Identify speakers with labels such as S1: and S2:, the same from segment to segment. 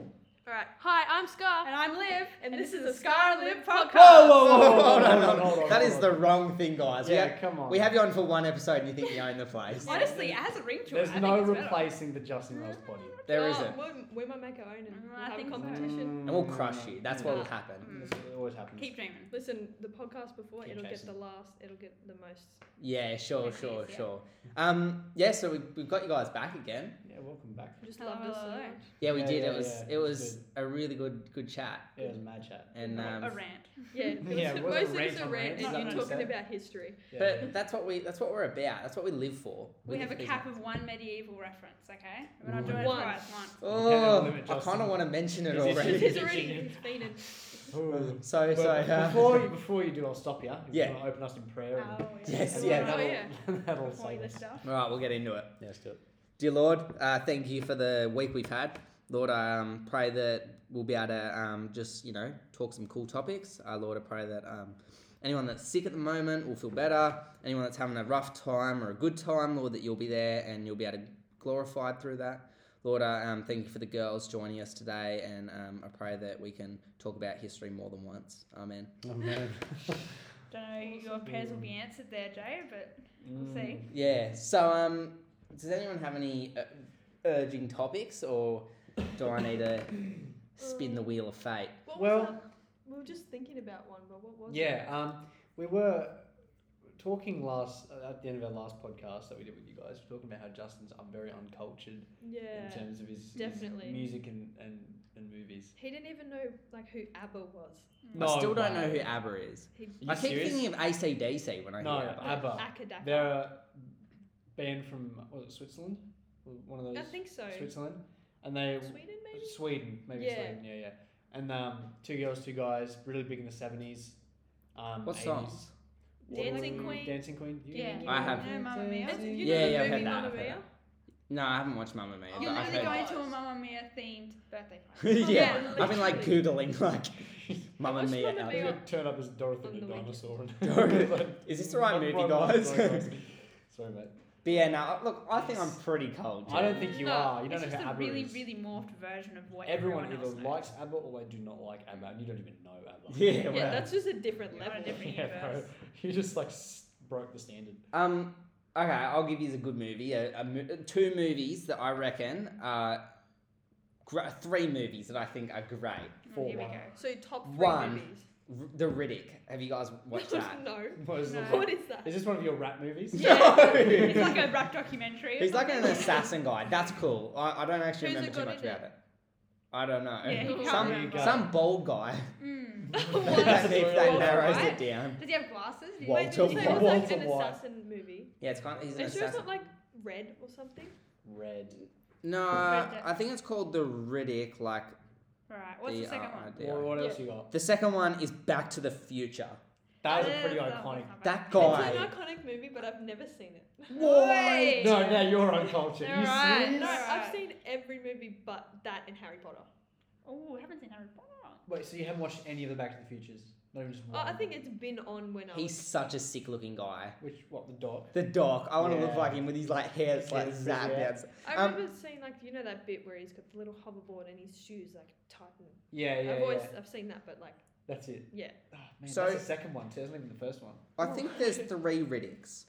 S1: All right. Hi, I'm Scar.
S2: And I'm Liv,
S1: And this is a Scar and Liv podcast.
S3: Whoa, whoa, whoa, whoa,
S4: Hold on,
S3: whoa,
S4: hold
S3: whoa,
S4: on,
S3: whoa,
S4: hold
S3: whoa.
S4: on,
S3: That
S4: hold
S3: is
S4: on.
S3: the wrong thing, guys. We
S4: Yeah,
S3: ha-
S4: come on.
S3: We have you on for one episode and you think you own the place.
S2: Honestly, it has a ring to it.
S4: There's
S2: I think
S4: no
S2: it's better.
S4: replacing the
S3: Mm.
S4: Justin Wells body.
S3: There
S2: Oh,
S3: isn't.
S2: we'll- We might make our own and
S1: Mm,
S2: we'll
S1: I
S2: have
S1: think
S2: a
S1: so.
S2: competition.
S4: Mm.
S3: And we'll crush you. That's what will
S2: Mm.
S3: happen.
S4: That's what always happens.
S2: Keep dreaming.
S1: Listen, the podcast before
S4: Keep
S1: it'll get
S4: chasing.
S1: the last. It'll get the most.
S3: Yeah, sure,
S1: Yes,
S3: sure,
S1: yes, yeah.
S3: sure. Um, yeah, so we, we've got you guys back again.
S4: Yeah, welcome back.
S1: I just
S2: Hello,
S1: love this so
S2: hello.
S1: much.
S3: Yeah, we
S4: Yeah,
S3: did.
S4: yeah,
S3: it was
S4: yeah,
S3: it
S4: it was
S3: was a really good good chat.
S4: It was a mad chat.
S3: And um,
S2: a rant.
S1: Yeah, it was
S4: Yeah,
S1: the-
S4: it
S1: most
S4: wasn't
S1: of
S4: a
S1: it's
S4: rant
S1: a
S4: on
S1: rant,
S4: rant,
S1: and
S4: is that
S1: you
S4: what
S1: talking
S4: you said?
S1: about history.
S4: Yeah.
S3: but that's what we that's what we're about. That's what we live for.
S2: We
S3: live
S2: have a
S3: for
S2: cap
S3: business.
S2: of one medieval reference, okay? We're not
S4: Ooh.
S2: doing it
S1: One.
S2: twice, once.
S3: Oh,
S4: limit
S3: I
S4: Justin.
S3: kind of want to mention it
S4: Is it-
S3: already.
S1: It's
S4: It's
S1: already
S4: itching.
S1: it's been in.
S4: Ooh.
S3: So
S4: But
S3: so uh,
S4: before you before you do, I'll stop you. If
S3: Yeah.
S4: You want to open us in prayer. And,
S3: Yes,
S2: yeah,
S1: Oh,
S4: that'll,
S1: yeah.
S4: that'll
S2: Before
S4: save
S2: you
S4: us.
S2: lift up.
S3: All right, we'll get into it.
S4: Yeah, let's do it.
S3: Dear Lord, uh, thank you for the week we've had. Lord, I um, pray that we'll be able to um, just, you know, talk some cool topics. Uh, Lord, I pray that um, anyone that's sick at the moment will feel better. Anyone that's having a rough time or a good time, Lord, that you'll be there and you'll be able to glorify through that. Lord, I um, thank you for the girls joining us today, and um, I pray that we can talk about history more than once. Amen.
S2: Don't know, your prayers will be answered there, Jay, but
S4: Mm.
S2: we'll see.
S3: Yeah. So, um, does anyone have any uh, urging topics, or do I need to spin the wheel of fate?
S1: What
S4: Well-
S1: was that? we were just thinking about one, but what was
S4: Yeah, um, we were talking last uh, at the end of our last podcast that we did with you guys. We're talking about how Justin's un- very uncultured
S1: it? Yeah.
S4: in terms of his, his
S1: definitely.
S4: music and, and, and movies.
S1: He didn't even know like who ABBA was.
S3: I still don't
S4: way.
S3: know who ABBA is.
S1: He
S4: Oh, Are you
S3: I keep
S4: serious?
S3: thinking of ACDC when I
S4: No,
S3: hear
S4: no,
S3: ABBA.
S4: ABBA.
S1: Akadaka.
S4: They're a band from was it Switzerland? One of those.
S1: I think so.
S4: Switzerland, and they
S1: Sweden maybe.
S4: Sweden, maybe
S1: Yeah.
S4: Sweden, yeah, yeah. And um, two girls, two guys, really big in the seventies. Um,
S3: What
S4: 80s.
S3: songs?
S1: Dancing
S4: Ooh,
S1: Queen.
S4: Dancing Queen.
S2: Yeah,
S3: I have-
S2: No, Mamma Mia.
S1: It's- you
S3: Yeah,
S1: know the
S3: yeah,
S1: movie
S3: I've heard that.
S1: Mamma
S3: I've heard
S1: Mia?
S3: that. No, I haven't watched Mamma
S4: Oh,
S3: Mia.
S2: You're
S3: but I've
S2: literally
S3: heard...
S2: going to a Mamma Mia themed birthday party.
S3: yeah,
S1: Yeah,
S3: I've been like googling like Mamma
S1: watched
S3: Mia.
S1: Mamma
S4: I
S3: album.
S4: think
S1: Mia.
S4: I'd turn up as Dorothy
S1: On
S4: the,
S1: the weekend.
S4: dinosaur.
S3: Dorothy- Is this the right movie, guys?
S4: Sorry, mate.
S3: But yeah, now look, I think I'm pretty cold.
S4: I don't think you
S2: No,
S4: are. You don't
S2: it's
S4: know
S2: just
S4: who
S2: a
S4: ABBA
S2: really,
S4: is.
S2: really morphed version of what
S4: Everyone,
S2: everyone
S4: either
S2: else knows.
S4: likes ABBA or they do not like ABBA, and you don't even know ABBA.
S3: Yeah,
S1: Yeah,
S3: well.
S1: that's just a different
S2: You're on a
S1: level.
S2: different
S4: Yeah, bro.
S2: universe.
S4: You just like s- broke the standard.
S3: Um. Okay, I'll give you a good movie. A, a, mo- uh, two movies that I reckon are gr- three movies that I think are great.
S2: Oh,
S4: Four
S2: here we
S4: one.
S2: go.
S1: So top three
S3: One.
S1: movies.
S3: R- the Riddick. Have you guys watched that?
S1: no.
S4: What is,
S2: No.
S4: this?
S1: What is that?
S4: Is this one of your rap movies?
S2: Yeah.
S3: No.
S2: it's like a rap documentary. or
S3: He's like an
S2: something.
S3: assassin guy. That's cool. I, I don't actually
S1: Who's it
S3: remember too
S1: got
S3: much
S1: in it?
S3: about it. I don't know.
S2: Yeah, he can't
S3: some
S2: remember.
S3: some bald guy.
S2: Mm.
S3: that if that
S4: Walter
S3: narrows
S2: White?
S3: it down.
S2: Does he have glasses? Did he-
S3: Walt-
S1: Wait, did you say it was like
S4: Walter
S1: an
S4: White.
S1: assassin movie?
S3: Yeah, it's kind. Of, he's
S1: Are
S3: an
S1: you sure it's
S3: assassin.
S1: not like red or something?
S4: Red.
S3: No,
S2: Red Dead.
S3: I think it's called the Riddick. Like
S2: Right. What's
S3: the,
S2: the second one?
S3: R-
S4: What, what
S1: Yeah.
S4: else you got?
S3: The second one is Back to the Future.
S4: That was
S2: Uh,
S4: a pretty
S2: that
S4: iconic.
S2: one's not
S3: That
S2: bad.
S3: guy.
S1: It's an iconic movie, but I've never seen it.
S2: Why?
S4: No, no, you're uncultured.
S2: They're
S4: You
S2: right.
S4: serious?
S1: No, I've
S2: Right.
S1: seen every movie but that and Harry Potter.
S2: Oh, I haven't seen Harry Potter.
S4: Wait, so you haven't watched any of the Back to the Futures? Not even just
S1: Oh,
S4: one.
S1: I think it's been on when I
S3: He's
S1: was.
S3: such a sick looking guy.
S4: Which what the dog?
S3: The doc. I want to look
S4: Yeah.
S3: like him with his like hair that's like
S4: Yeah,
S3: zapped
S4: yeah.
S3: out.
S1: I
S3: um,
S1: remember seeing like you know that bit where he's got the little hoverboard and his shoes like tighten.
S4: Yeah, yeah,
S1: I've
S4: yeah.
S1: always I've seen that, but like
S4: That's it.
S1: yeah.
S4: Oh, man,
S3: So-
S4: that's the second one too. That's not even the first one.
S3: I think there's three Riddicks,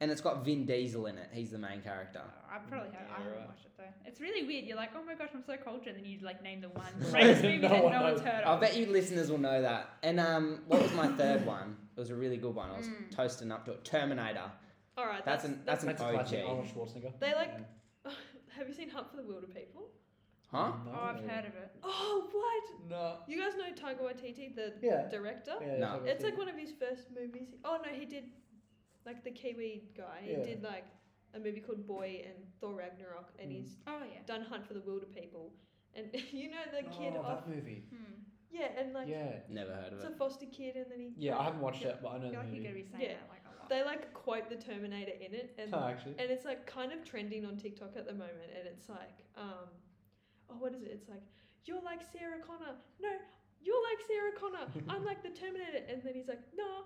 S3: and it's got Vin Diesel in it. He's the main character.
S2: Uh, I probably have. I
S4: Yeah,
S2: haven't
S4: right.
S2: watched it though. It's really weird. You're like, oh my gosh, I'm so cultured, and then you like name the one
S4: No
S2: greatest movie that
S4: one
S2: no one's
S4: knows.
S2: heard
S3: I
S2: of.
S3: bet you listeners will know that. And um, what was my third one? It was a really good one. I was
S2: Mm.
S3: toasting up to it. Terminator.
S1: All right,
S3: That's
S1: that's,
S3: an that's an
S4: That's a classic
S3: OG.
S4: Arnold Schwarzenegger.
S1: They like-
S4: Yeah.
S1: Have you seen Hunt for the Wilder People?
S3: Huh?
S4: No.
S2: Oh, I've heard of it.
S1: Oh, what?
S4: No.
S1: You guys know Taika Waititi, the
S4: Yeah.
S1: director?
S4: Yeah,
S3: No.
S4: Back to
S1: It's
S4: the
S1: like one of his first movies. Oh no, he did like the Kiwi guy.
S4: Yeah.
S1: He did like a movie called Boy and Thor Ragnarok, and
S4: Mm.
S1: he's
S2: Oh yeah.
S1: done Hunt for the Wilder People. And you know the
S4: Futures.
S1: kid
S4: Oh,
S1: off,
S4: that movie.
S2: Hmm.
S1: yeah, and like
S4: Yeah.
S3: Never heard of
S1: it's a
S3: it.
S1: foster kid, and then he
S4: Yeah, I haven't watched
S1: Yeah.
S4: it, but I know
S2: I feel
S4: the
S2: like you're
S4: movie.
S2: gonna be saying
S1: Yeah.
S2: that like a lot.
S1: They like quote the Terminator in it, and
S4: Oh, actually.
S1: and it's like kind of trending on TikTok at the moment, and it's like, um, oh, what is it? It's like you're like Sarah Connor. No, you're like Sarah Connor. I'm like the Terminator, and then he's like, nah,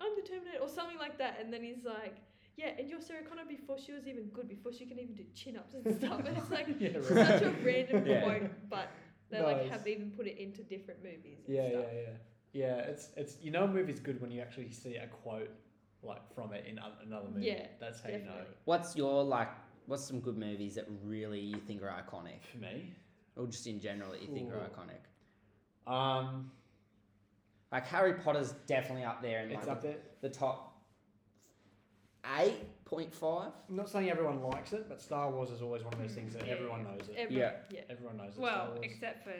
S1: I'm the Terminator, or something like that. And then he's like, yeah, and you're Sarah Connor before she was even good, before she can even do chin ups and stuff. And it's like
S4: yeah, right.
S1: such a random
S3: Yeah.
S1: quote, but They
S4: No,
S1: like
S4: it's-
S1: have even put it into different movies. And
S4: Yeah, yeah,
S1: stuff.
S4: yeah. Yeah, it's it's you know a movie's good when you actually see a quote like from it in a- another movie.
S1: Yeah,
S4: that's how
S1: Definitely.
S3: What's your like? What's some good movies that really you think are iconic,
S4: you know. For me,
S3: or just in general that you think are
S4: Ooh.
S3: iconic?
S4: um,
S3: Like Harry Potter's definitely up there in like
S4: it's
S3: the,
S4: up there.
S3: the top eight point five.
S4: I'm not saying everyone likes it, but Star Wars is always one of those things that
S2: Yeah,
S4: everyone
S2: yeah.
S4: knows it.
S1: Every-
S3: Yeah.
S1: yeah.
S4: everyone knows it. Star
S2: Well,
S4: Wars.
S2: except for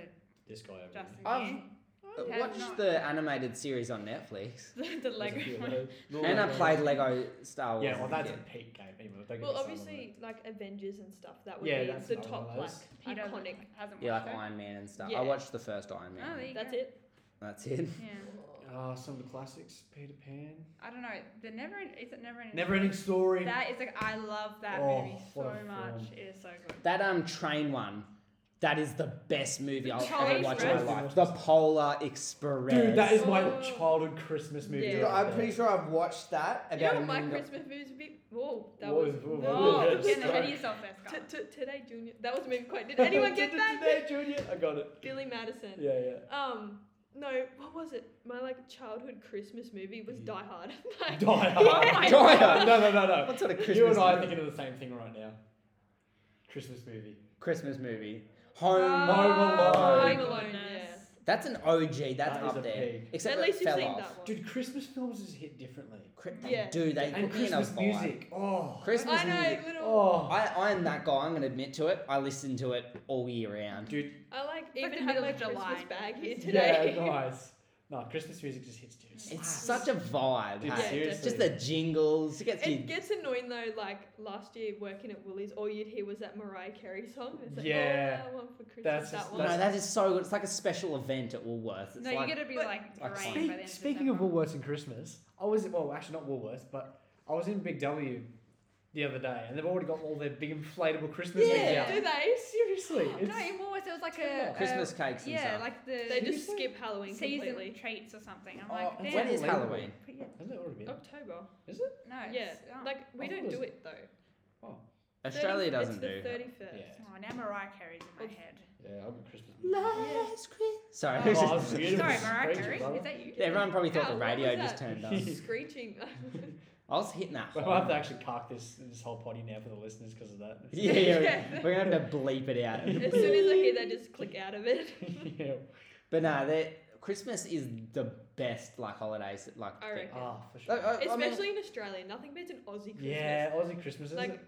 S4: this guy over
S2: Justin.
S3: I've
S2: Yeah.
S3: uh,
S2: have
S3: watched
S2: not-
S3: the animated series on Netflix,
S2: the, the
S4: there. There's a few of
S2: Lego.
S4: those. Little
S3: and I
S4: Lego.
S3: played Lego Star Wars.
S4: Yeah, well,
S3: as a
S4: that's
S3: kid.
S4: a peak game. Even if they
S1: Well,
S4: get some of
S1: obviously, like Avengers and stuff, that would
S4: Yeah,
S1: be
S4: that's
S1: the
S4: another
S1: top
S4: one
S1: like
S4: of those.
S2: He doesn't-
S1: iconic.
S2: hasn't
S3: yeah, like
S2: watched
S3: Iron Man and stuff.
S1: Yeah.
S3: I watched the first Iron
S2: it.
S3: Man.
S2: Oh, there you
S1: That's
S2: go.
S1: it.
S3: That's it.
S2: Yeah.
S4: it. Ah, some of the classics. Peter Pan.
S2: I don't know. The never End- is it never ending.
S4: Never Ending Story.
S2: That is like I love that
S4: Oh,
S2: movie so
S4: what a
S2: much.
S4: film.
S2: It is so good.
S3: That um train one. That is the best movie I'll ever
S2: Polar
S3: watch in my
S4: Express?
S3: life. The Polar Express.
S4: Dude, that is my
S1: Oh.
S4: childhood Christmas movie.
S1: Yeah.
S3: Dude, I'm pretty sure I've watched that
S1: You know
S3: about a
S1: what my
S3: million times.
S1: Christmas movies would be? Whoa, that
S4: Whoa,
S1: was no.
S4: whoa, whoa,
S2: Oh,
S4: yeah,
S2: you're getting
S4: sorry.
S2: ahead of yourself there, Scar.
S1: T- t- today, Junior. That was a movie quote. Did anyone get that?
S4: Today, Junior. I got it.
S1: Billy Madison.
S4: Yeah, yeah.
S1: Um, no, what was it? My like childhood Christmas movie was
S4: Yeah.
S1: Die Hard. like,
S4: Die
S1: Oh
S4: Hard.
S1: my
S3: Die
S1: God.
S3: Hard.
S4: No, no, no, no.
S3: What sort of Christmas
S4: you and I are
S3: movie?
S4: thinking of the same thing right now. Christmas movie.
S3: Christmas movie. Home.
S1: Uh,
S4: Alone.
S1: Home Alone,
S2: Oh, goodness.
S3: That's an OG. That's
S4: That is
S3: up
S4: a
S3: there.
S4: peak.
S3: Except
S1: At least
S3: it
S1: you've
S3: fell
S1: seen
S3: off.
S1: that one.
S4: Dude, Christmas films is hit differently.
S3: Cri-
S1: Yeah.
S3: Dude, they
S4: And
S3: put me in a
S4: Christmas
S3: vibe.
S4: music. Oh.
S3: Christmas
S1: I know,
S3: music.
S1: little.
S4: Oh.
S3: I, I'm that guy. I'm gonna admit to it. I listen to it all year round.
S4: Dude,
S1: I like
S2: like the
S1: even had
S2: middle
S1: my
S2: of July.
S1: Christmas bag here
S4: yeah,
S1: today.
S4: nice. No, Christmas music just hits different.
S3: It's such a vibe.
S4: Dude,
S1: Yeah,
S3: hey?
S4: seriously.
S3: Just the jingles. It gets you.
S1: It gets annoying though, like last year working at Woolies, all you'd hear was that Mariah Carey song. It's like,
S4: Yeah.
S1: oh, that one for Christmas,
S4: That's
S1: that
S4: just-
S1: one.
S3: no, that is so good. It's like a special event at Woolworths. It's
S2: No,
S3: like,
S2: you gotta be
S1: But-
S2: like
S3: Like,
S2: drained by the end
S4: Speak, speaking of
S2: December.
S4: Woolworths and Christmas, I was well, actually not Woolworths, but I was in Big W the other day, and they've already got all their big inflatable Christmas
S3: Yeah.
S4: things
S1: Do
S4: out.
S1: they?
S4: Seriously, it's,
S2: no, in Woolworths there was like
S4: uh, Yeah.
S2: a
S3: Christmas
S2: a-
S3: cakes and
S2: Yeah,
S3: stuff.
S2: like the
S1: They just
S4: Seriously?
S1: skip Halloween
S2: season
S1: completely.
S2: treats or something. I'm
S4: Oh,
S2: like,
S4: it's
S2: damn.
S3: when is
S4: Unbelievable.
S3: Halloween?
S2: but yeah,
S4: hasn't it already been?
S1: October.
S4: Is it?
S2: no,
S1: Yeah.
S2: it's- oh.
S1: Like we
S4: I
S1: don't
S4: thought it
S1: do
S4: was-
S1: it though. 30
S3: Australia doesn't
S1: it's the
S3: do. that.
S1: 31st.
S4: Yeah.
S2: Oh, now Mariah Carey's in my
S1: It's-
S2: head.
S4: Yeah, I'll be Christmas.
S3: Last Christmas. Sorry.
S2: Oh,
S4: Oh, that's
S2: Sorry,
S4: beautiful.
S2: Mariah
S4: Crazy,
S2: Carey,
S4: brother.
S2: is that you?
S3: Everyone probably thought
S1: Ow,
S3: the
S1: what
S3: radio
S1: was
S3: just
S1: that?
S3: turned on.
S1: Screeching.
S3: I was hitting that.
S4: We'll have
S3: hard.
S4: to actually cark this this whole potty now for the listeners because of that.
S3: Yeah, yeah,
S1: Yeah.
S3: we're gonna have to bleep it out.
S1: as soon as I hear that, just click out of it.
S4: yeah.
S3: But nah, that Christmas is the best like holidays. Like
S1: I
S3: thing.
S1: reckon.
S4: Ah, for
S3: Like, I-
S4: sure.
S3: I mean-
S1: Especially in Australia, nothing beats an Aussie Christmas.
S4: Yeah, Aussie Christmases.
S1: Like,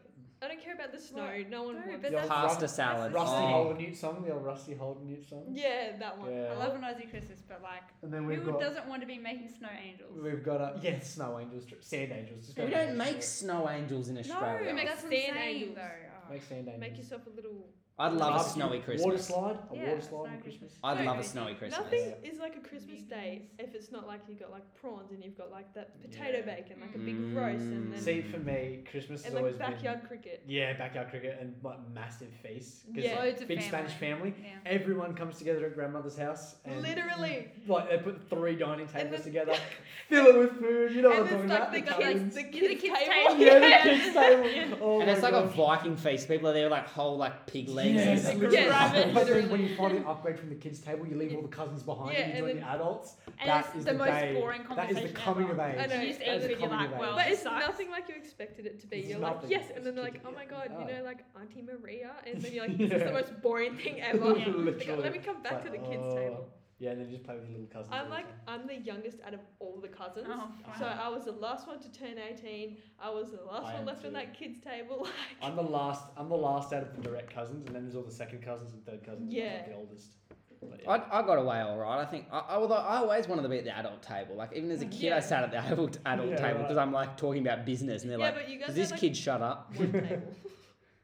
S1: I don't care about the snow. No one
S2: No,
S1: wants.
S2: but
S4: Your
S2: that's,
S3: pasta
S2: that's
S3: salad.
S2: the
S4: Rusty
S2: thing.
S3: Oh.
S4: Holden Newt song, the old Rusty Holden Newt song.
S1: Yeah, that one.
S4: Yeah.
S2: I love an Aussie Christmas, but like,
S4: And then we've
S2: who
S4: got
S2: doesn't want to be making snow angels?
S4: We've got a yeah, snow angels, tr- sand angels. Just go
S3: We
S4: back
S3: don't
S4: to
S3: make
S4: it.
S3: snow angels in
S2: no,
S3: Australia.
S1: We make
S2: that's
S1: sand
S2: insane
S1: angels.
S2: though. Oh.
S4: make sand angels.
S1: Make yourself a little.
S3: I'd love a
S4: Barbecue,
S3: snowy
S4: Water
S3: Christmas.
S4: slide, a
S2: Yeah,
S4: water
S2: snow
S4: slide on Christmas.
S2: Christmas.
S3: I'd
S1: No,
S3: love a
S1: no,
S3: snowy Christmas.
S1: Nothing
S4: Yeah.
S1: is like a Christmas day if it's not like you got like prawns and you've got like that potato
S4: Yeah.
S1: bacon, like a big
S3: Mm.
S1: roast, and then
S4: See, for me, Christmas
S1: and
S4: has always
S1: like backyard cricket.
S4: been yeah, backyard cricket and like massive feasts. 'cause
S1: Yeah.
S2: Loads of
S4: big Spanish family.
S2: Yeah.
S4: Everyone comes together at grandmother's house. And
S1: Literally.
S4: like they put three dining tables
S1: then-
S4: together, fill it with food. You know
S1: and
S4: what I'm
S1: it's
S4: talking
S1: like
S4: about?
S1: the, kids,
S4: The cousins.
S1: the
S2: The
S1: kids,
S2: kids'
S1: table.
S2: table.
S4: yeah, the kids table. Oh
S3: and
S4: my
S3: it's like a
S4: gosh.
S3: Viking feast. People are there like whole like pig legs.
S4: Yes,
S3: and
S1: literally.
S4: yes,
S1: rabbit.
S4: But then when you finally upgrade from the kids' table, you leave all the cousins behind
S1: Yeah,
S4: and
S1: and
S4: you join
S1: then-
S4: the adults.
S2: And
S4: That
S2: it's
S4: is
S2: the,
S4: the
S2: most
S4: day-
S2: boring
S4: that is
S2: conversation
S4: the coming
S2: ever.
S4: of age.
S1: I know,
S2: You just
S1: that
S2: eat
S1: is the
S2: food, you're
S4: coming
S2: like,
S4: of age.
S2: well,
S1: But
S2: this
S1: it's
S2: sucks. Oh,
S1: nothing like you expected it to be.
S4: It's
S1: you're like,
S4: nothing.
S1: yes, and
S4: It's
S1: then they're like,
S4: chicken,
S1: oh my
S4: yeah.
S1: god, you
S4: Oh.
S1: know, like Auntie Maria, and then you're like, this is the
S4: Yeah.
S1: most boring thing ever.
S2: Yeah.
S1: Like, Let me
S4: Literally.
S1: come back
S4: It's
S1: to
S4: like,
S1: the kids'
S4: oh.
S1: table.
S4: Yeah, and then you just play with your little cousins. all
S1: I'm
S4: the
S1: like,
S4: time.
S1: I'm the youngest out of all the cousins.
S2: Oh,
S1: So
S2: wow.
S1: I was the last one to turn 18. I was the last
S4: I
S1: one
S4: am
S1: left on
S4: too.
S1: that kids' table. Like,
S4: I'm the last. I'm the last out of the direct cousins, and then there's all the second cousins and third cousins. and I'm like
S1: Yeah.
S4: the oldest. But yeah.
S3: I, I got away all right. I think. I, I- although I always wanted to be at the adult table. Like even as a kid,
S1: Yeah.
S3: I sat at the adult, adult
S4: Yeah,
S3: table
S4: right.
S3: because I'm like talking about business, and they're
S1: yeah,
S3: like,
S1: but you guys
S3: "Does this
S1: had like
S3: kid shut up?"
S1: one table.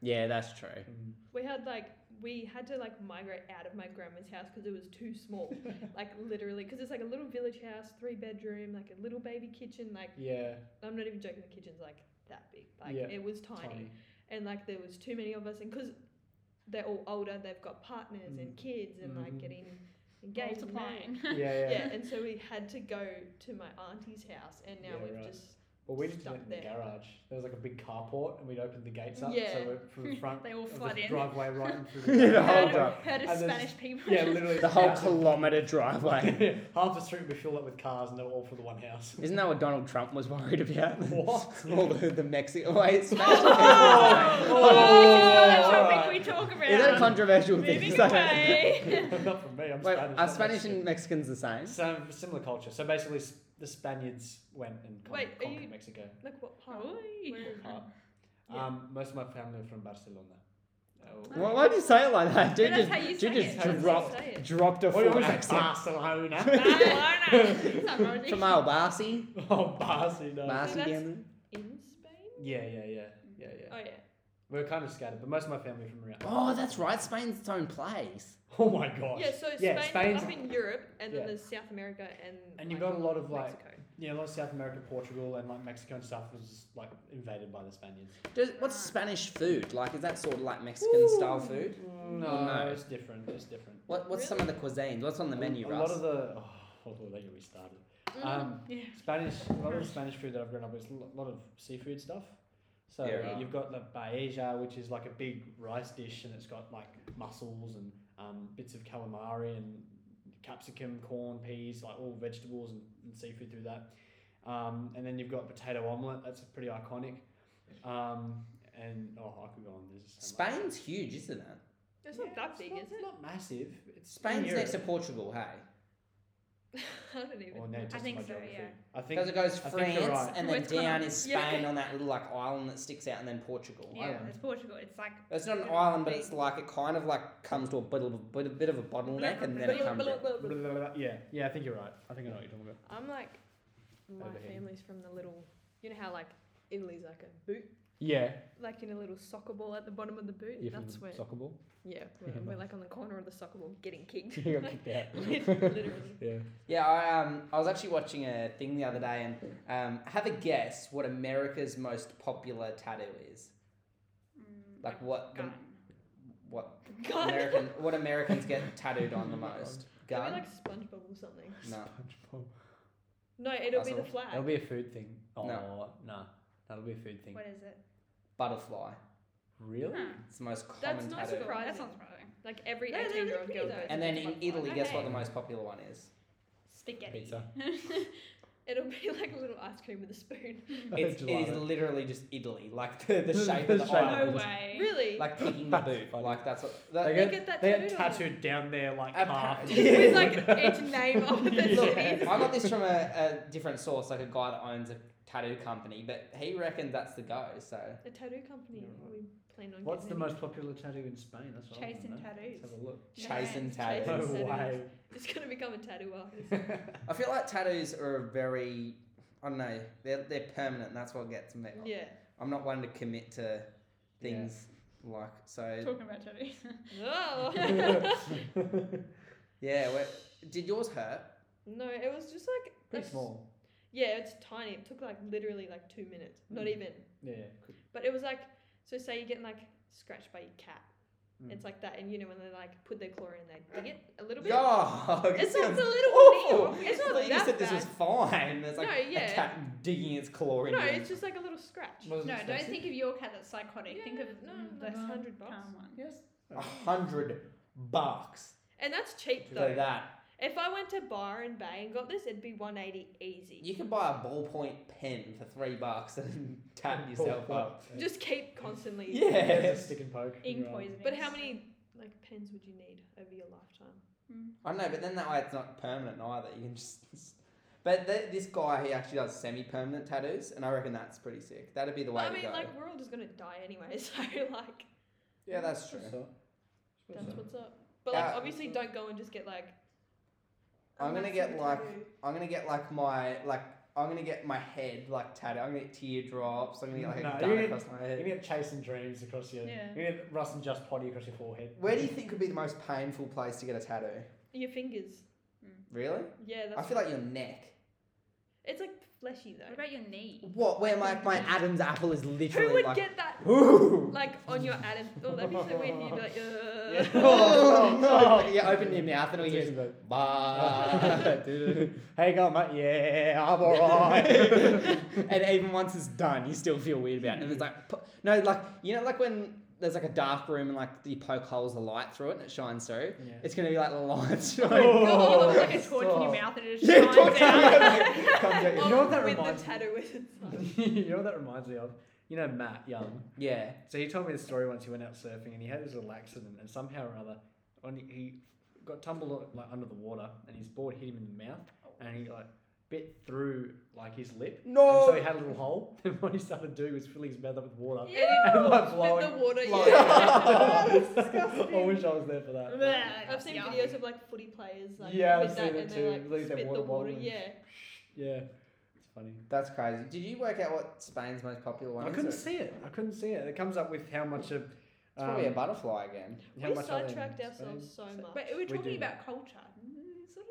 S3: Yeah, that's true.
S4: Mm.
S1: We had like we had to like migrate out of my grandma's house because it was too small. like literally, because it's like a little village house, three bedroom, like a little baby kitchen. Like
S4: yeah,
S1: I'm not even joking. The kitchen's like that big. Like
S4: Yeah,
S1: it was tiny.
S4: tiny.
S1: and like there was too many of us, and because they're all older, they've got partners and kids, and like
S4: Mhm.
S1: getting engaged. and married.
S2: Multiplying.
S4: Yeah, yeah.
S1: yeah, and so we had to go to my auntie's house, and now
S4: Yeah,
S1: we've
S4: right.
S1: just
S4: Well, we did it
S1: Stuck
S4: in the
S1: there.
S4: garage. There was like a big carport, and we'd open the gates up, so
S1: Yeah.
S4: we're from the front
S2: They all
S4: of
S2: flood
S4: the
S2: in.
S4: driveway right in through
S3: Yeah,
S4: the
S3: the whole
S2: heard,
S4: garage.
S3: drive-
S2: of, heard of
S4: And there's-
S2: Spanish people.
S4: yeah, literally
S3: The whole
S4: half
S3: kilometre driveway.
S4: half the street would be filled up with cars, and they were all for the one house.
S3: Isn't that what Donald Trump was worried about?
S4: What?
S3: All the, the Mexican. Wait, smash
S2: Oh,
S4: Oh,
S2: that's
S4: all
S2: topic
S4: right.
S2: we talk about.
S3: Is that a controversial thing?
S2: Moving
S3: Sorry.
S2: away.
S4: Not from me. I'm
S3: Wait,
S4: Spanish.
S3: are
S4: not
S3: Spanish
S4: Mexican.
S3: and Mexicans the same?
S4: Some similar culture. So basically, s- the Spaniards went and con-
S1: Wait, are
S4: conquered
S1: you-
S4: Mexico.
S1: Like what part?
S2: Oi.
S1: Where-
S4: Part.
S1: Yeah.
S4: Um, most of my family are from Barcelona. Oh.
S3: Why, why do you say it like that? Dude
S2: But that's
S3: just,
S2: how you
S3: dude
S2: say
S3: just
S2: it.
S4: That's how you
S3: dropped,
S1: say it.
S3: dropped a
S4: Why Oh, do you
S3: full
S4: always say
S3: accent.
S4: Barcelona?
S1: Barcelona.
S3: From Al Barsi.
S4: oh, Barcelona.
S1: that's-
S3: Barsi down there.
S1: In Spain?
S4: yeah, yeah, yeah, yeah, yeah.
S1: Oh yeah.
S4: We're kind of scattered, but most of my family are from around.
S3: Mm. Oh, that's right. Spain's its own place.
S4: Oh my gosh.
S1: Yeah, so
S4: Yeah,
S1: Spain's,
S4: Spain's-
S1: up in Europe, and then
S4: Yeah.
S1: there's South America and.
S4: And you've
S1: like,
S4: got a lot of, like-
S1: Mexico.
S4: Yeah, a lot of South America, Portugal, and like Mexico and stuff was like invaded by the Spaniards.
S3: Does, what's Spanish food? Like, is that sort of like Mexican style food?
S4: No,
S3: Mm, no.
S4: it's different. It's different.
S3: What, what's some of the cuisines? What's on the menu,
S4: a,
S3: Russ?
S4: lot of the. Oh, oh, that we started.
S1: Mm,
S4: Um,
S2: Yeah.
S4: Spanish, a lot of the Spanish food that I've grown up with is a lot of seafood stuff. So
S3: Yeah, right.
S4: you've got the paella, which is like a big rice dish, and it's got like mussels and um, bits of calamari and capsicum, corn, peas, like all vegetables and, and seafood through that. Um, and then you've got potato omelette. That's pretty iconic. Um, and oh, I could go on. There's just so much.
S3: Spain's huge, isn't it?
S1: It's
S4: Yeah,
S1: not that big,
S4: not,
S1: is
S4: It's not massive. It's
S3: Spain's next to
S4: Europe.
S3: Portugal, hey?
S1: it? I don't even.
S4: Or Oh, no,
S1: know.
S4: just
S2: think
S4: my
S2: so,
S4: geography.
S2: yeah.
S4: I think
S3: Because it goes
S4: I think
S3: France
S4: you're right.
S3: and
S2: Well,
S3: then
S2: it's
S3: down
S2: gonna-
S3: is
S1: yeah.
S3: Spain on that little like island that sticks out, and then Portugal.
S2: Yeah,
S4: Island.
S2: it's Portugal. It's like
S3: It's not an
S2: Yeah.
S3: island, but it's like it kind of like comes to a bit of a bit, a bit of a bottleneck, and then it
S1: Blah,
S3: comes.
S1: blah,
S3: in.
S1: blah, blah.
S4: Yeah, yeah, I think you're right. I think I know what you're talking about.
S1: I'm like, my
S4: Over here.
S1: family's from the little. You know how like Italy's like a boot,
S4: Yeah,
S1: like in a little soccer ball at the bottom of the boot.
S4: you're
S1: That's
S4: from
S1: where.
S4: soccer ball.
S1: yeah, we're,
S4: Yeah,
S1: we're
S4: nice.
S1: like on the corner of the soccer ball getting kicked.
S4: you got kicked out.
S1: Literally.
S4: Yeah.
S3: Yeah, I um I was actually watching a thing the other day, and um have a guess what America's most popular tattoo is.
S2: mm,
S3: Like what the,
S2: gun.
S3: what
S1: God.
S3: American what Americans get tattooed on the most?
S1: Maybe
S3: Gun.
S1: like SpongeBob or something.
S3: no.
S4: SpongeBob.
S1: No, it'll be the
S3: Puzzle.
S1: flag.
S4: That'll be a food thing. Oh,
S3: No.
S4: nah. That'll be a food thing.
S2: What is it?
S3: Butterfly.
S4: Really?
S2: Huh.
S3: It's the most common
S1: That's not
S3: tattoo.
S1: surprising.
S2: That sounds surprising.
S1: Like every
S2: No, they're
S1: 18 year old
S2: pretty
S1: girl.
S2: though.
S1: goes,
S3: And then in
S1: "Butterfly."
S3: Italy, guess what the
S2: Okay.
S3: most popular one is?
S2: Spaghetti.
S4: Pizza.
S1: It'll be like a little ice cream with a spoon.
S3: It's, it is
S4: Gelato.
S3: literally just Italy, like the, the
S4: The-
S3: shape
S4: the
S3: of the
S4: shape.
S2: No
S3: island,
S2: way.
S1: Really?
S3: like kicking the
S4: That's
S3: boot,
S4: funny.
S3: like that's what.
S4: They
S3: That,
S1: They
S4: get,
S1: get that
S4: they get
S1: tattooed on them.
S4: tattooed down there like
S3: Appa-
S4: half.
S1: With like each name of the
S4: Yeah.
S1: cities.
S3: I got this from a, a different source, like a guy that owns a tattoo company, but he reckons that's the go. So
S1: The tattoo company
S4: You're right.
S1: we plan on
S4: What's the
S1: getting
S4: most popular tattoo in Spain? That's what I wanna
S2: Chasing
S4: know.
S2: tattoos.
S4: Let's have a look.
S3: chasing
S1: Chasing
S3: tattoos.
S1: tattoos.
S4: No way.
S1: It's gonna become a tattoo artist.
S3: I feel like tattoos are a very, I don't know, they're they're permanent. And that's what gets me.
S1: yeah.
S3: I'm not one to commit to things like so.
S2: Talking about tattoos.
S1: Oh.
S3: Yeah, we're, did yours hurt?
S1: no, it was just like a
S4: Pretty
S1: s-
S4: small.
S1: Yeah, it's tiny. It took like literally like two minutes. Not
S4: Mm.
S1: even.
S4: Yeah.
S1: But it was like so say you're getting like scratched by your cat.
S4: Mm.
S1: It's like that and you know when they like put their claw in they dig it a little bit.
S3: Yeah,
S1: It's not the little
S3: Oh, awful.
S1: needle. It's not
S3: Like,
S1: that
S3: you said this
S1: bad.
S3: was fine. It's like
S1: No,
S3: a
S1: yeah.
S3: cat digging its claw into
S1: No,
S3: him.
S1: it's just like a little scratch.
S4: Was it
S2: no, don't
S4: expensive?
S2: think of your cat that's psychotic. think of
S1: no,
S2: mm,
S1: that's
S2: the
S1: hundred bucks.
S2: calm one.
S4: Yes.
S3: a hundred bucks
S1: And that's cheap
S3: for
S1: though.
S3: that.
S1: If I went to Bar and Bay and got this, it'd be 180 easy.
S3: You could buy a ballpoint pen for three bucks and tap yourself up.
S1: Just keep constantly.
S4: Yeah,
S3: Yeah.
S4: just stick and poke.
S2: Ink
S4: You're right.
S2: poisoning.
S1: But how many like pens would you need over your lifetime?
S2: Mm.
S3: I know, but then that way it's not permanent either. You can just. But th- this guy, he actually does semi-permanent tattoos, and I reckon that's pretty sick. That'd be the way
S1: But I
S3: to
S1: mean,
S3: go.
S1: like we're all just gonna die anyway, so like
S3: yeah, that's true.
S4: So-
S1: that's what's up. But like
S3: Uh,
S1: obviously, don't go and just get like. a
S3: I'm gonna
S1: massive
S3: get, like-
S1: tattoo.
S3: I'm gonna get like my like I'm gonna get my head like tatted. I'm gonna get teardrops. I'm gonna get like
S4: No,
S3: a
S4: you
S3: gun
S4: need-
S3: across my
S4: You're
S3: head.
S4: gonna get chasing dreams across your.
S2: Yeah.
S4: You're gonna get Russ and Just Potty across your forehead.
S3: Where do you think would be the most painful place to get a tattoo?
S1: Your fingers.
S3: Really?
S1: Yeah,
S3: I
S1: that's.
S3: feel like your neck.
S1: It's like fleshy
S2: What
S1: though.
S2: about your knee?
S3: What? Where my, my Adam's apple is literally
S1: Who would
S3: like.
S1: get that
S3: Ooh.
S1: like on your Adam? Oh, that'd be so weird. You'd be like,
S4: Yeah.
S1: Ugh.
S3: oh, no. Yeah, open your mouth and all you just. Bah.
S4: hey, go, mate. Yeah, I'm alright.
S3: and even once it's done, you still feel weird about it. And it's like, pu- no, like you know, like when there's like a dark room and like you poke holes of light through it and it shines through.
S4: Yeah.
S3: It's gonna be like the lights shine.
S2: You'll all
S4: Oh,
S2: look like a torch in your
S4: stop.
S2: mouth and it just
S3: Yeah,
S2: shines
S3: torch.
S2: out.
S4: you
S1: Oh,
S4: know what that
S1: with
S4: reminds
S1: the tattoo with it.
S4: you know what that reminds me of? You know Matt Young.
S3: Yeah.
S4: So he told me the story once he went out surfing and he had this little accident and somehow or other, on he got tumbled like under the water and his board hit him in the mouth and he like bit through like his lip. And so he
S3: No.
S4: had a little hole. And what he started doing was filling his mouth up with water.
S1: Yeah.
S4: And like
S1: With
S4: blowing.
S1: the water.
S3: blowing.
S1: Yeah. That's
S4: I
S1: disgusting.
S4: wish I was there for that.
S2: Bleh,
S1: I've seen
S2: yuck.
S1: videos of like footy players like
S4: Yeah, I've
S1: with
S4: seen
S1: that
S4: it
S1: and
S4: too.
S1: they like
S4: Leave their
S1: spit
S4: water
S1: the water.
S4: bottle in.
S1: Yeah.
S4: Yeah. It's funny.
S3: That's crazy. Did you work out what Spain's most popular one
S4: I
S3: is?
S4: couldn't
S3: It's
S4: see it. I couldn't see it. It comes up with how much of. um,
S3: probably a butterfly again.
S4: how
S1: we
S4: much are they in
S1: sidetracked
S4: Spain?
S1: ourselves so much.
S2: But we're
S4: do
S2: talking
S4: that.
S2: about culture. Mm, sort of.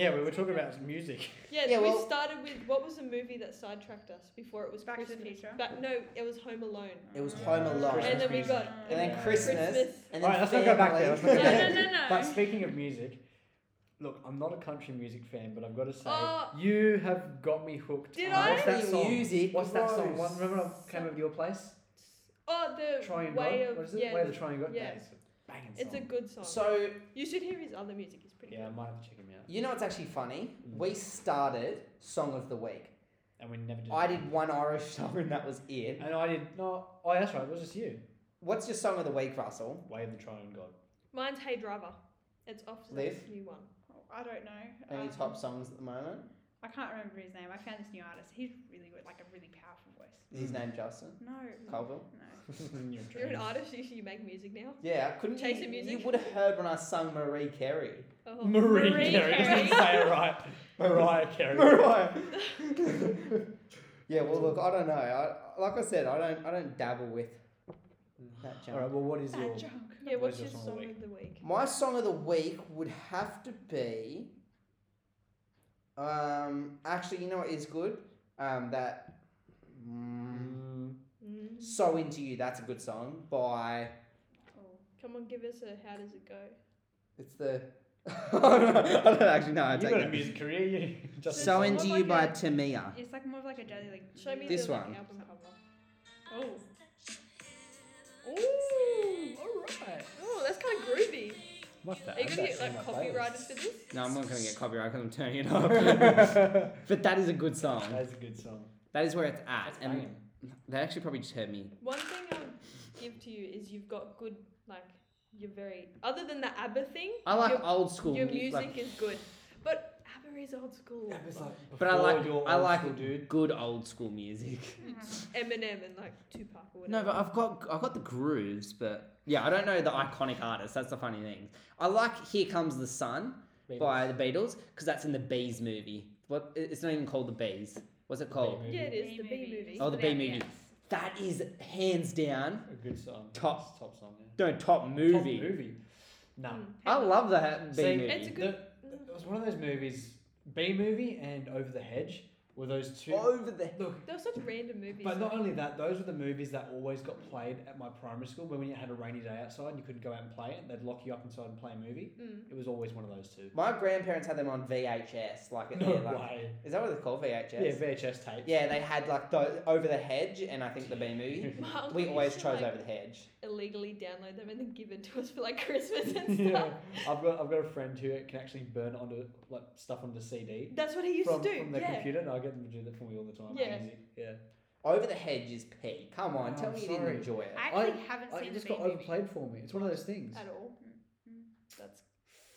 S4: Yeah, we were talking about music.
S1: yeah,
S3: Yeah,
S1: we
S3: well-
S1: started with what was the movie that sidetracked us before it was
S2: Back to the
S1: Christmas?
S2: Future?
S1: Back, no, it was Home Alone.
S3: It was Home Alone.
S1: and then we
S4: Christmas
S1: got
S2: music.
S3: And then
S4: Yeah.
S3: Christmas.
S1: Christmas.
S3: And then
S4: All right, let's not go back
S3: family.
S4: there. Let's
S2: No,
S4: not go back
S2: no,
S4: there.
S2: no, no.
S4: But speaking of music, look, I'm not a country music fan, but I've got to say,
S1: Oh.
S4: you have got me hooked.
S1: Did
S4: on-
S1: I?
S4: What's that song?
S3: Music
S4: What's that song?
S3: rose.
S4: What, remember when I came over to your place?
S1: Oh, the
S4: Try and
S1: way
S4: God?
S1: of
S4: What is it?
S1: yeah,
S4: way of the Try and God?
S1: yeah.
S4: That is a banging
S1: it's a
S4: song.
S1: good song.
S3: So
S1: you should hear his other music. It's pretty
S4: Yeah, I
S1: good.
S4: might have to check him out.
S3: you know it's actually funny.
S4: Mm.
S3: We started song of the week.
S4: And we never did.
S3: I did one Irish song and that was it.
S4: And I did. No, oh, that's right. It was just you.
S3: What's your song of the week, Russell?
S4: Way of the Try and God.
S1: Mine's Hey Driver. It's off the
S3: Liv?
S1: new one.
S2: Oh, I don't know.
S3: Any
S2: Um,
S3: top songs at the moment?
S2: I can't remember his name. I found this new artist. He's really good, like a really powerful voice.
S3: Is
S4: Mm.
S3: his name Justin
S2: No.
S3: Colville?
S2: No.
S4: Your
S1: You're an
S4: dreams.
S1: artist. You should make music now.
S3: Yeah, I couldn't.
S1: Taste
S3: you,
S1: of music?
S3: You would have heard when I sung Marie Carey.
S1: Oh.
S4: Marie,
S2: Marie
S4: Carey. Just
S2: Carey.
S4: didn't say it right. Mariah Carey.
S3: Mariah. yeah, well, look, I don't know. I, like I said, I don't. I don't dabble with that
S4: All
S3: genre.
S4: right. Well, what is your?
S2: Bad joke.
S1: Yeah,
S4: What
S1: what's your
S4: is your song of
S1: song
S4: the week?
S1: of the week?
S3: My song of the week would have to be. Um, actually, you know what is good? Um, that. Mm,
S4: Mm,
S1: Mm.
S3: so into you. That's a good song by.
S2: Oh.
S1: Come on, give us a how does it go?
S3: It's the. I don't actually know. I
S4: you
S3: take
S4: got a
S3: that.
S4: music career. You just
S3: So
S2: It's
S3: into
S2: more
S3: you
S2: like a-
S3: by Tamia.
S2: It's like more of like a jelly like.
S1: Show me
S3: This
S1: the like,
S3: one.
S1: album cover.
S2: Oh.
S1: Ooh,
S4: All right.
S1: oh, that's kind of groovy.
S4: What's that?
S1: Are you gonna get like copyrighted for this?
S3: No, I'm not going to get copyright because I'm turning it off. but that is a good song.
S4: That's a good song.
S3: That is where it's at.
S4: That's
S3: And
S4: banging.
S3: they actually probably just heard me.
S1: One thing I'll give to you is you've got good like you're very other than the ABBA thing.
S3: I like
S1: your,
S3: old school
S1: your
S3: mu-
S1: music
S3: like
S1: is good, but ABBA is old school.
S3: But I like-
S4: your
S3: I
S4: old
S3: like-
S4: school dude.
S3: good old school music.
S2: Mm-hmm.
S1: Eminem and like Tupac or whatever.
S3: No, but I've got I've got the grooves, but yeah, I don't know the iconic artists. That's the funny thing. I like "Here Comes the Sun" by the Beatles because that's in the Bees movie. What it- it's not even called the Bees. What's it called?
S1: yeah, it is the B
S2: B-movie.
S1: movie.
S3: Oh, the B
S2: Yeah,
S3: movie.
S2: yes.
S3: That is hands down
S4: A good song.
S3: Top-
S4: It's a top song. Yeah.
S3: no top movie.
S4: Top movie. Nah.
S1: Mm.
S3: I love that B
S4: See,
S3: movie.
S1: It's a good-
S4: the-
S1: Mm.
S4: it was one of those movies, B movie and Over the Hedge were those two.
S3: Over the
S4: Look,
S1: There were such random movies. Mm.
S4: But not only that, those were the movies that always got played at my primary school. When you had a rainy day outside and you couldn't go out and play it, they'd lock you up inside and play a movie.
S1: Mm.
S4: It was always one of those two.
S3: My grandparents had them on VHS, like at
S4: No
S3: their, like,
S4: way.
S3: is that what they're called VHS?
S4: Yeah, VHS tapes.
S3: Yeah, they had like the over the hedge, and I think the B movie.
S1: My uncle
S3: We
S1: used
S3: always
S1: to,
S3: chose
S1: like,
S3: over the hedge.
S1: illegally download them and then give it to us for like Christmas and
S4: yeah.
S1: stuff.
S4: I've got I've got a friend who can actually burn onto like stuff onto CD
S1: That's what he used
S4: from,
S1: to do.
S4: from their
S1: yeah.
S4: computer, and I get them to do that for me all the time.
S1: Yeah.
S4: Easy. Yeah.
S3: Over the hedge is P. Come on,
S4: Oh,
S3: tell
S4: I'm
S3: me you didn't
S4: sorry.
S3: enjoy it.
S2: I
S4: I-
S2: actually haven't
S4: Like,
S2: seen the
S4: it just got
S2: B-movie.
S4: overplayed for me. It's one of those things.
S1: At all.
S2: Mm.
S1: That's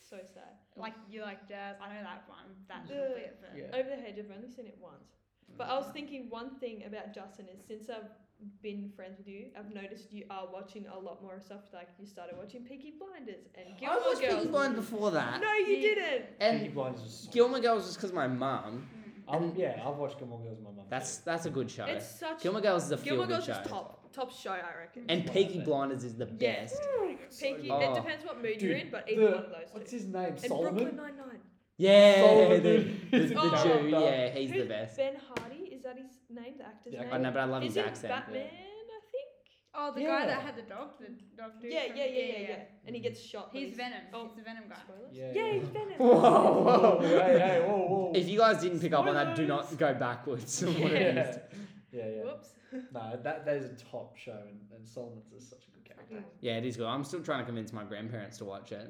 S1: so sad.
S2: Like you like jazz. I know that one. That
S1: Yeah.
S2: little bit, but
S4: Yeah.
S1: Over the hedge, I've only seen it once. But oh, I was
S4: Mm.
S1: thinking one thing about Justin is since I've been friends with you, I've noticed you are watching a lot more stuff. Like you started watching Peaky Blinders and
S3: I
S1: Gilmore
S3: watched
S1: Girls.
S3: Peaky Blind before that,
S1: No, you
S2: Yeah.
S1: didn't.
S4: Peaky
S3: and
S4: Blinders is so-
S3: Gilmore Girls was because my mum.
S2: Mm.
S4: I've-
S3: and-
S4: yeah, I've watched Gilmore Girls with my mum.
S3: That's that's a good show.
S1: It's such
S3: Gilmore Girls is a feel
S1: Gilmore
S3: good
S1: Girls
S3: show.
S1: is top top show, I reckon.
S3: And
S4: Wow,
S3: Peaky
S4: man.
S3: Blinders is the
S1: Yeah.
S3: best.
S4: too. So
S1: Peaky.
S4: good.
S3: Oh.
S1: It depends what mood you're
S4: Dude,
S1: in, but
S4: the-
S1: either one of those
S4: What's
S1: two.
S4: his name?
S1: And
S4: Solomon.
S1: Brooklyn Nine Nine.
S3: Yeah,
S4: Solomon
S3: the,
S4: is
S3: the,
S4: a
S3: the
S1: character.
S3: Jew. Yeah, he's the
S1: Who's
S3: best.
S1: Ben Hardy, is that his name? The actor's
S4: The
S1: name?
S4: actor.
S3: I know, but I love
S1: Is
S3: his
S1: it
S3: accent.
S1: Batman, I think?
S2: Oh, the
S4: Yeah.
S2: guy that had the dog, the dog dude.
S1: Yeah,
S2: from-
S1: yeah, yeah, yeah, yeah. And he
S3: Mm.
S1: gets shot. but
S2: He's Venom.
S1: Oh.
S2: He's the Venom guy.
S1: Spoilers?
S4: Yeah.
S1: Yeah, he's Venom.
S3: Whoa,
S4: Whoa, hey, hey, whoa, whoa.
S3: If you guys didn't pick up on that, do not go backwards. on what it
S4: yeah.
S3: is.
S4: yeah, yeah.
S1: Whoops.
S4: No, that that is a top show, and, and Solomon's is such a good character.
S3: yeah, it is good. I'm still trying to convince my grandparents to watch it.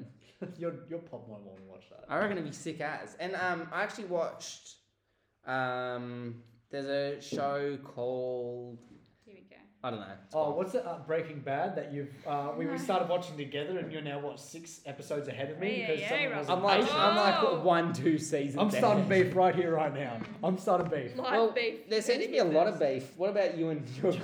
S4: your your pop won't want to watch that.
S3: I reckon it'd be sick as. And um, I actually watched. Um, there's a show called
S2: Here we go.
S3: I don't know. it's
S4: Oh,
S3: called-
S4: what's it? Uh, Breaking Bad that you've uh, we, we
S2: No.
S4: started watching together, and you're now what six episodes ahead of me
S2: Yeah,
S4: because
S2: yeah,
S4: someone
S2: right.
S4: wasn't
S3: I'm like
S4: patient.
S3: I'm
S2: Oh.
S1: Ah!
S3: like one two seasons.
S4: I'm
S3: down.
S4: starting beef right here, right now. I'm starting beef.
S1: Live
S3: Well,
S1: beef.
S3: There seems to be a lot of beef. What about you and your
S2: Hey,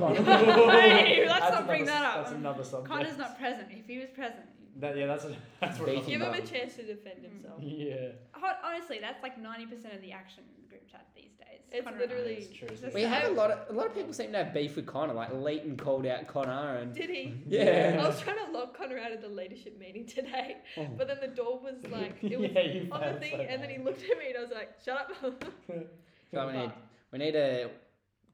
S3: economy?
S2: let's
S4: That's
S2: not bring
S4: another-
S2: that up.
S4: That's another subject.
S2: Connor's not present. If he was present,
S4: That, yeah, that's a, that's what.
S3: Beef
S4: another
S1: Give him a
S4: subject.
S1: chance to defend himself.
S3: Mm.
S4: Yeah.
S2: Hon- honestly, that's like ninety percent of the action in the group chat these days.
S1: It's
S2: Connor and I.
S1: literally-
S4: That's true.
S1: We
S4: That's
S3: we
S4: true.
S3: had a lot of a lot of people seem to have beef with Connor. Like Leighton called out Connor and
S1: Did he?
S3: yeah.
S1: I was trying to log Connor out of the leadership meeting today,
S3: Oh.
S1: but then the door was like, it was
S4: yeah, you
S1: on the
S4: found
S1: thing,
S4: so
S1: and then he looked at me and I was like, shut up.
S3: So we need
S1: But-
S3: we need to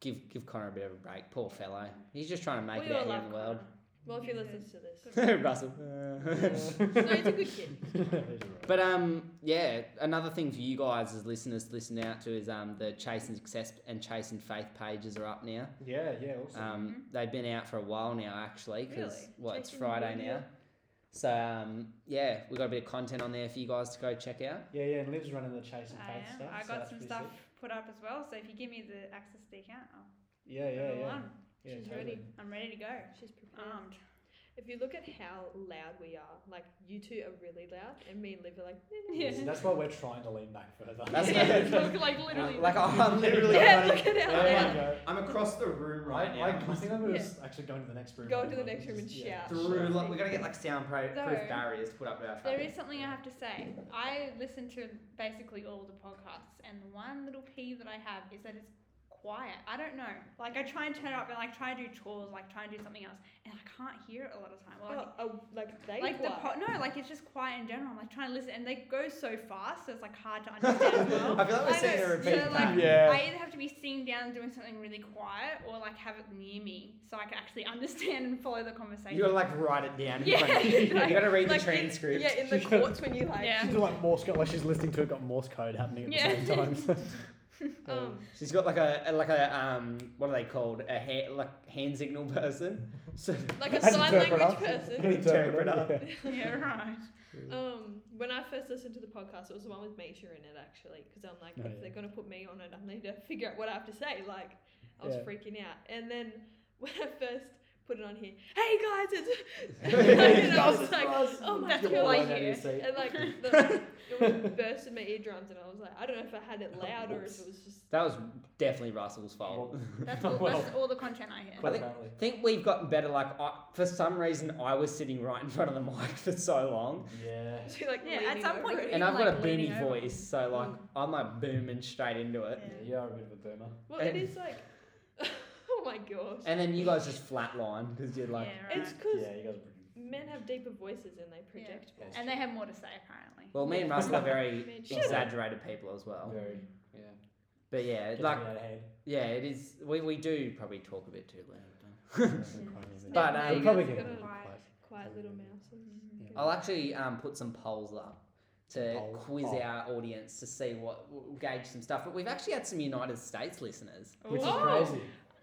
S3: give give Connor a bit of a break. Poor fellow. He's just trying to make
S1: We
S3: it
S1: all
S3: out here
S1: love
S3: in the world.
S1: well, if you
S2: Yeah.
S1: listen to this.
S3: Russell.
S1: No, he's a good kid.
S3: But um, yeah, another thing for you guys as listeners to listen out to is um, the Chase and Success and Chase and Faith pages are up now.
S4: yeah, yeah, awesome.
S2: Mm-hmm.
S3: Um, they've been out for a while now, actually, because
S1: Really?
S3: what it's
S1: Chasing
S3: Friday
S1: Media?
S3: now. So um, yeah, we got a bit of content on there for you guys to go check out.
S4: yeah, yeah, and Liv's running the chase and
S2: I
S4: face
S2: am.
S4: stuff.
S2: I got
S4: so that's
S2: some
S4: pretty
S2: stuff
S4: sick.
S2: put up as well. So if you give me the access to the account, I'll
S4: Yeah, yeah,
S2: put it all
S4: yeah.
S2: on.
S4: yeah
S1: She's
S4: totally.
S1: ready.
S2: I'm ready to go.
S1: She's prepared.
S2: Armed.
S1: If you look at how loud we are, like you two are really loud, and me and Liv are like,
S2: Yeah.
S4: So That's why we're trying to lean back further.
S3: That's-
S1: yeah, look, like literally.
S3: like I'm literally,
S1: yeah, look at how
S4: there
S1: loud.
S4: you go.
S3: I'm across the room right
S4: Right,
S3: now.
S4: I, I think I'm gonna
S1: Yeah.
S4: s- actually go into the next room.
S1: Go
S4: and
S1: into the
S4: like
S1: next room and
S4: just-
S1: shout.
S3: Through, like, we're gonna get like soundproof
S2: Sorry.
S3: barriers put up to our
S2: There
S3: face.
S2: is something I have to say. I listen to basically all the podcasts, and the one little pee that I have is that it's quiet. I don't know. Like I try and turn it up, and like try and do chores, like try and do something else, and I can't hear it a lot of time. Well, I
S1: Oh, oh, like they
S2: like the
S1: quiet.
S2: po- no, like it's just quiet in general. I'm like trying to listen, and they go so fast, so it's like hard to understand. as well.
S3: I feel like we're
S2: I
S3: sitting
S2: know,
S3: here repeating
S2: so,
S3: back.
S2: like,
S4: Yeah.
S2: I either have to be sitting down and doing something really quiet, or like have it near me so I can actually understand and follow the conversation.
S3: You gotta like write it down. In
S2: Yeah,
S3: front of you.
S2: like-
S3: you gotta read
S1: Like
S3: the
S1: in-
S3: transcript.
S1: Yeah, in the courts when you like.
S2: Yeah.
S4: She's like Morse code, like she's listening to it, got Morse code happening at the same time.
S1: Um,
S3: She's got like a like a um what are they called a ha- like hand signal person. So
S1: like a
S4: An
S1: sign
S4: interpreter.
S1: language person.
S3: Interpreter.
S2: yeah, right.
S1: Um, when I first listened to the podcast, it was the one with Misha in it actually, because I'm like,
S4: Oh,
S1: if
S4: yeah.
S1: they're gonna put me on it, I need to figure out what I have to say. Like, I was
S4: Yeah.
S1: freaking out, and then when I first put it on here, hey guys, it's and I was like, oh my
S2: That's
S1: god,
S2: why
S1: like,
S2: you-
S1: and like the, it was burst in my eardrums, and I was like, I don't know if I had
S3: Oh,
S1: it loud or if it was just
S3: that was definitely Russell's fault.
S2: That's all,
S4: Well-
S2: that's all the content I hear.
S3: I think-
S4: Apparently.
S3: I think we've gotten better. Like I, for some reason, I was sitting right in front of the mic for so long,
S4: Yeah.
S1: she, like
S2: Yeah, at
S1: leaning
S2: some
S1: over
S2: point
S1: it.
S2: you-
S3: and I've got a
S2: like, leaning
S3: boomy
S2: over.
S3: voice, so like
S1: Mm.
S3: I'm like booming straight into it.
S4: Yeah,
S2: Yeah.
S4: you are a bit of a boomer.
S1: Well, it
S3: And-
S1: is like, oh my gosh,
S3: And then you guys just flatline because you're like,
S2: yeah, right.
S1: it's because
S4: Yeah, you guys are pretty.
S1: men have deeper voices and they project more.
S4: Yes.
S2: and they have more to say apparently.
S3: well, me and Russell are very
S1: Man, shut up.
S3: exaggerated people as well.
S4: Oh. Very. Yeah.
S3: But yeah,
S4: Gets me
S3: like
S4: out of hand.
S3: yeah, it is. We we do probably talk a bit too loud. Don't we?
S1: But,
S3: um,
S4: probably
S1: Got
S4: get
S1: a
S4: it.
S2: quiet.
S1: Quiet little
S3: Mm-hmm.
S1: mouses.
S2: Mm-hmm.
S1: Mm-hmm.
S4: Yeah.
S3: I'll actually um, put some polls up to
S4: Polls?
S3: quiz
S4: Oh.
S3: our audience to see what we'll gauge some stuff. But we've actually had some United States listeners.
S4: Which is
S1: Oh!
S4: crazy.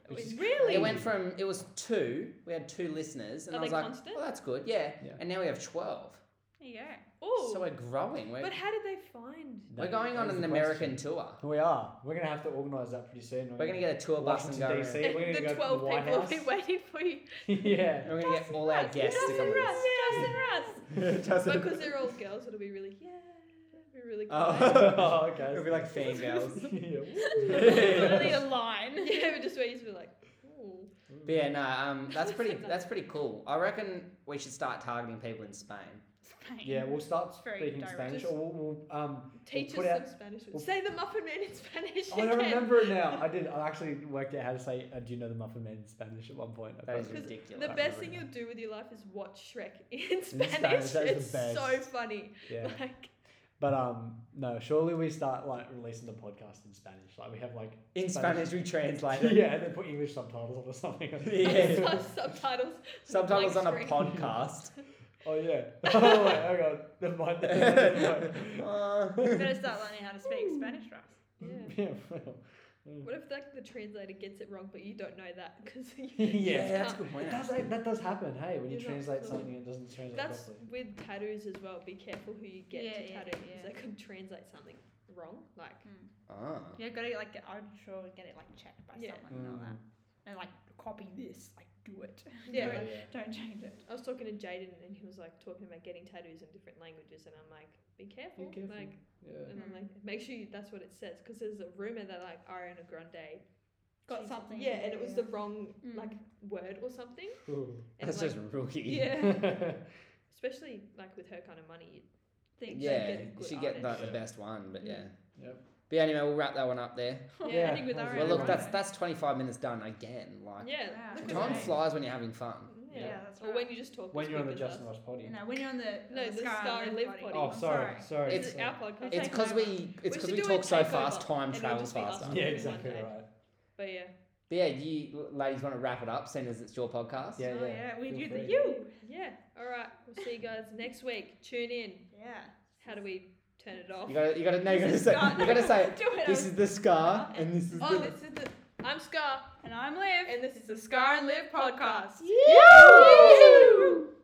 S4: Which is
S1: really?
S3: It went from it was two. We had two listeners, and
S1: Are
S3: I was
S1: they
S3: like,
S1: constant?
S3: "Well, that's good, yeah."
S4: Yeah.
S3: And now we have twelve,
S2: There you go.
S1: Oh,
S3: so we're growing. We're,
S1: but how did they find?
S3: we're going on
S4: That's
S3: an
S4: the
S3: American
S4: question.
S3: tour.
S4: We are. We're gonna have to organise that pretty soon.
S3: We're gonna get a tour bus and go.
S4: Washington,
S3: around.
S4: DC. We're gonna
S1: the
S4: go to the
S1: twelve
S4: White
S1: people
S4: House.
S1: will be waiting for you.
S4: yeah.
S3: And we're gonna get all our
S1: Russ,
S3: guests to
S1: Justin
S3: come with
S1: Russ,
S3: us.
S1: Justin Russ.
S3: Justin-
S1: Because they're all girls, it'll be really yeah, it'll be really cool.
S3: Oh.
S4: oh, okay.
S3: It'll be like fangirls.
S2: Literally a line.
S1: yeah, but just where you'd be like, ooh.
S3: But yeah, no, um, that's pretty. That's pretty cool. I reckon we should start targeting people in Spain.
S2: Spain.
S4: Yeah, we'll start
S2: It's very
S4: speaking
S2: direct.
S4: Spanish, or we'll, we'll um.
S1: Teach
S4: put
S1: us
S4: out-
S1: some Spanish.
S4: we'll-
S1: Say the Muffin Man in Spanish.
S4: Oh, I
S1: again.
S4: remember it now. I did. I actually worked out how to say uh, "Do you know the Muffin Man" in Spanish at one point. I
S3: That is
S4: probably-
S3: ridiculous.
S1: The
S4: I
S1: best
S4: remember
S1: thing
S4: now.
S1: you'll do with your life is watch Shrek in Spanish.
S4: Spanish, that is the
S1: it's so
S4: best.
S1: funny.
S4: yeah.
S1: Like,
S4: But um, no, surely we start like releasing the podcast in Spanish. Like we have like
S3: In Spanish, we translate it.
S4: yeah, and then put English subtitles on or something.
S3: Yeah.
S1: subtitles.
S3: Subtitles on a
S1: Blank screen.
S3: podcast.
S4: oh yeah. oh wait, hang on. Never mind. Never mind.
S3: Uh,
S2: Better start learning how to speak Spanish, right?
S1: Yeah.
S4: yeah. well,
S1: What if like the translator gets it wrong, but you don't know that because
S4: Yeah.
S3: yeah, that's a good point.
S4: It does, that does happen, hey, when you
S1: You're not
S4: translate
S1: fluent.
S4: something, it doesn't translate
S1: That's
S4: properly.
S1: with tattoos as well. Be careful who you get
S2: Yeah,
S1: to
S2: yeah,
S1: tattoo because
S2: yeah.
S1: they could translate something wrong. Like
S3: Ah.
S2: Yeah, Hmm. gotta like get, I'm sure get it like checked by
S1: Yeah.
S2: someone and all
S4: Mm.
S2: that, and like copy this, like do it.
S1: yeah,
S2: Do
S1: like,
S2: it. Don't change it.
S1: I was talking to Jaden and he was like talking about getting tattoos in different languages, and I'm like, be careful,
S4: Be careful.
S1: like,
S4: yeah.
S1: and I'm like, make sure you, that's what it says because there's a rumor that like Ariana Grande
S2: Got
S1: she's-
S2: something.
S1: yeah, and it was the wrong
S2: Mm.
S1: like word or something.
S4: Ooh.
S1: And
S3: That's
S1: like,
S3: just rookie.
S1: yeah, especially like with her kind of money, you'd think she'd
S3: Yeah,
S1: get a good
S3: she get like
S1: artist.
S3: the
S4: Yeah.
S3: best one, but yeah.
S1: Mm.
S4: Yep.
S3: But anyway, we'll wrap that one up there.
S4: Yeah,
S2: Ending with
S4: that was
S2: Ariana
S4: Yeah,
S3: Well, look,
S4: right.
S3: that's
S2: Grande.
S3: that's 25 minutes done again. Like
S1: Yeah,
S2: Wow.
S1: look at
S3: time
S1: that.
S3: flies when you're having fun.
S1: Yeah.
S2: Yeah,
S4: Yeah.
S2: that's
S1: Or
S2: right.
S1: when you just talk.
S4: when
S1: as
S4: you're on the
S1: quick as
S4: Justin
S1: us.
S4: Ross potty.
S2: no, when you're on the
S1: No, the
S2: Scar
S1: Scar
S2: and
S1: and
S2: Liv
S1: Liv body.
S2: body.
S4: Oh, sorry, sorry. sorry.
S3: It's
S1: It's our podcast.
S3: It's
S2: Take
S3: because
S2: over.
S3: we it's
S1: We
S3: because
S1: should
S3: we
S1: do a
S3: talk so
S1: takeover,
S3: fast, time
S1: and it'll
S3: travels
S1: just be us.
S3: faster.
S4: Yeah,
S1: One
S4: exactly
S1: day.
S4: right.
S1: But yeah.
S3: But yeah, you ladies want to wrap it up, seeing as it's your podcast.
S4: Yeah,
S2: oh
S4: yeah.
S2: yeah, we
S4: Feel
S2: do the
S4: free.
S2: you.
S1: Yeah. All right. We'll see you guys next week. Tune in.
S2: Yeah.
S1: How do we turn it off?
S3: You gotta you gotta no, you
S2: This
S3: gotta
S2: is
S3: say
S2: Scar.
S3: you gotta say
S2: do it.
S3: this is the scar and this is
S1: Oh,
S3: the
S1: this is the. I'm Scar,
S2: and I'm Liv.
S1: and this is the Scar and Live podcast.
S2: podcast.
S3: Woo!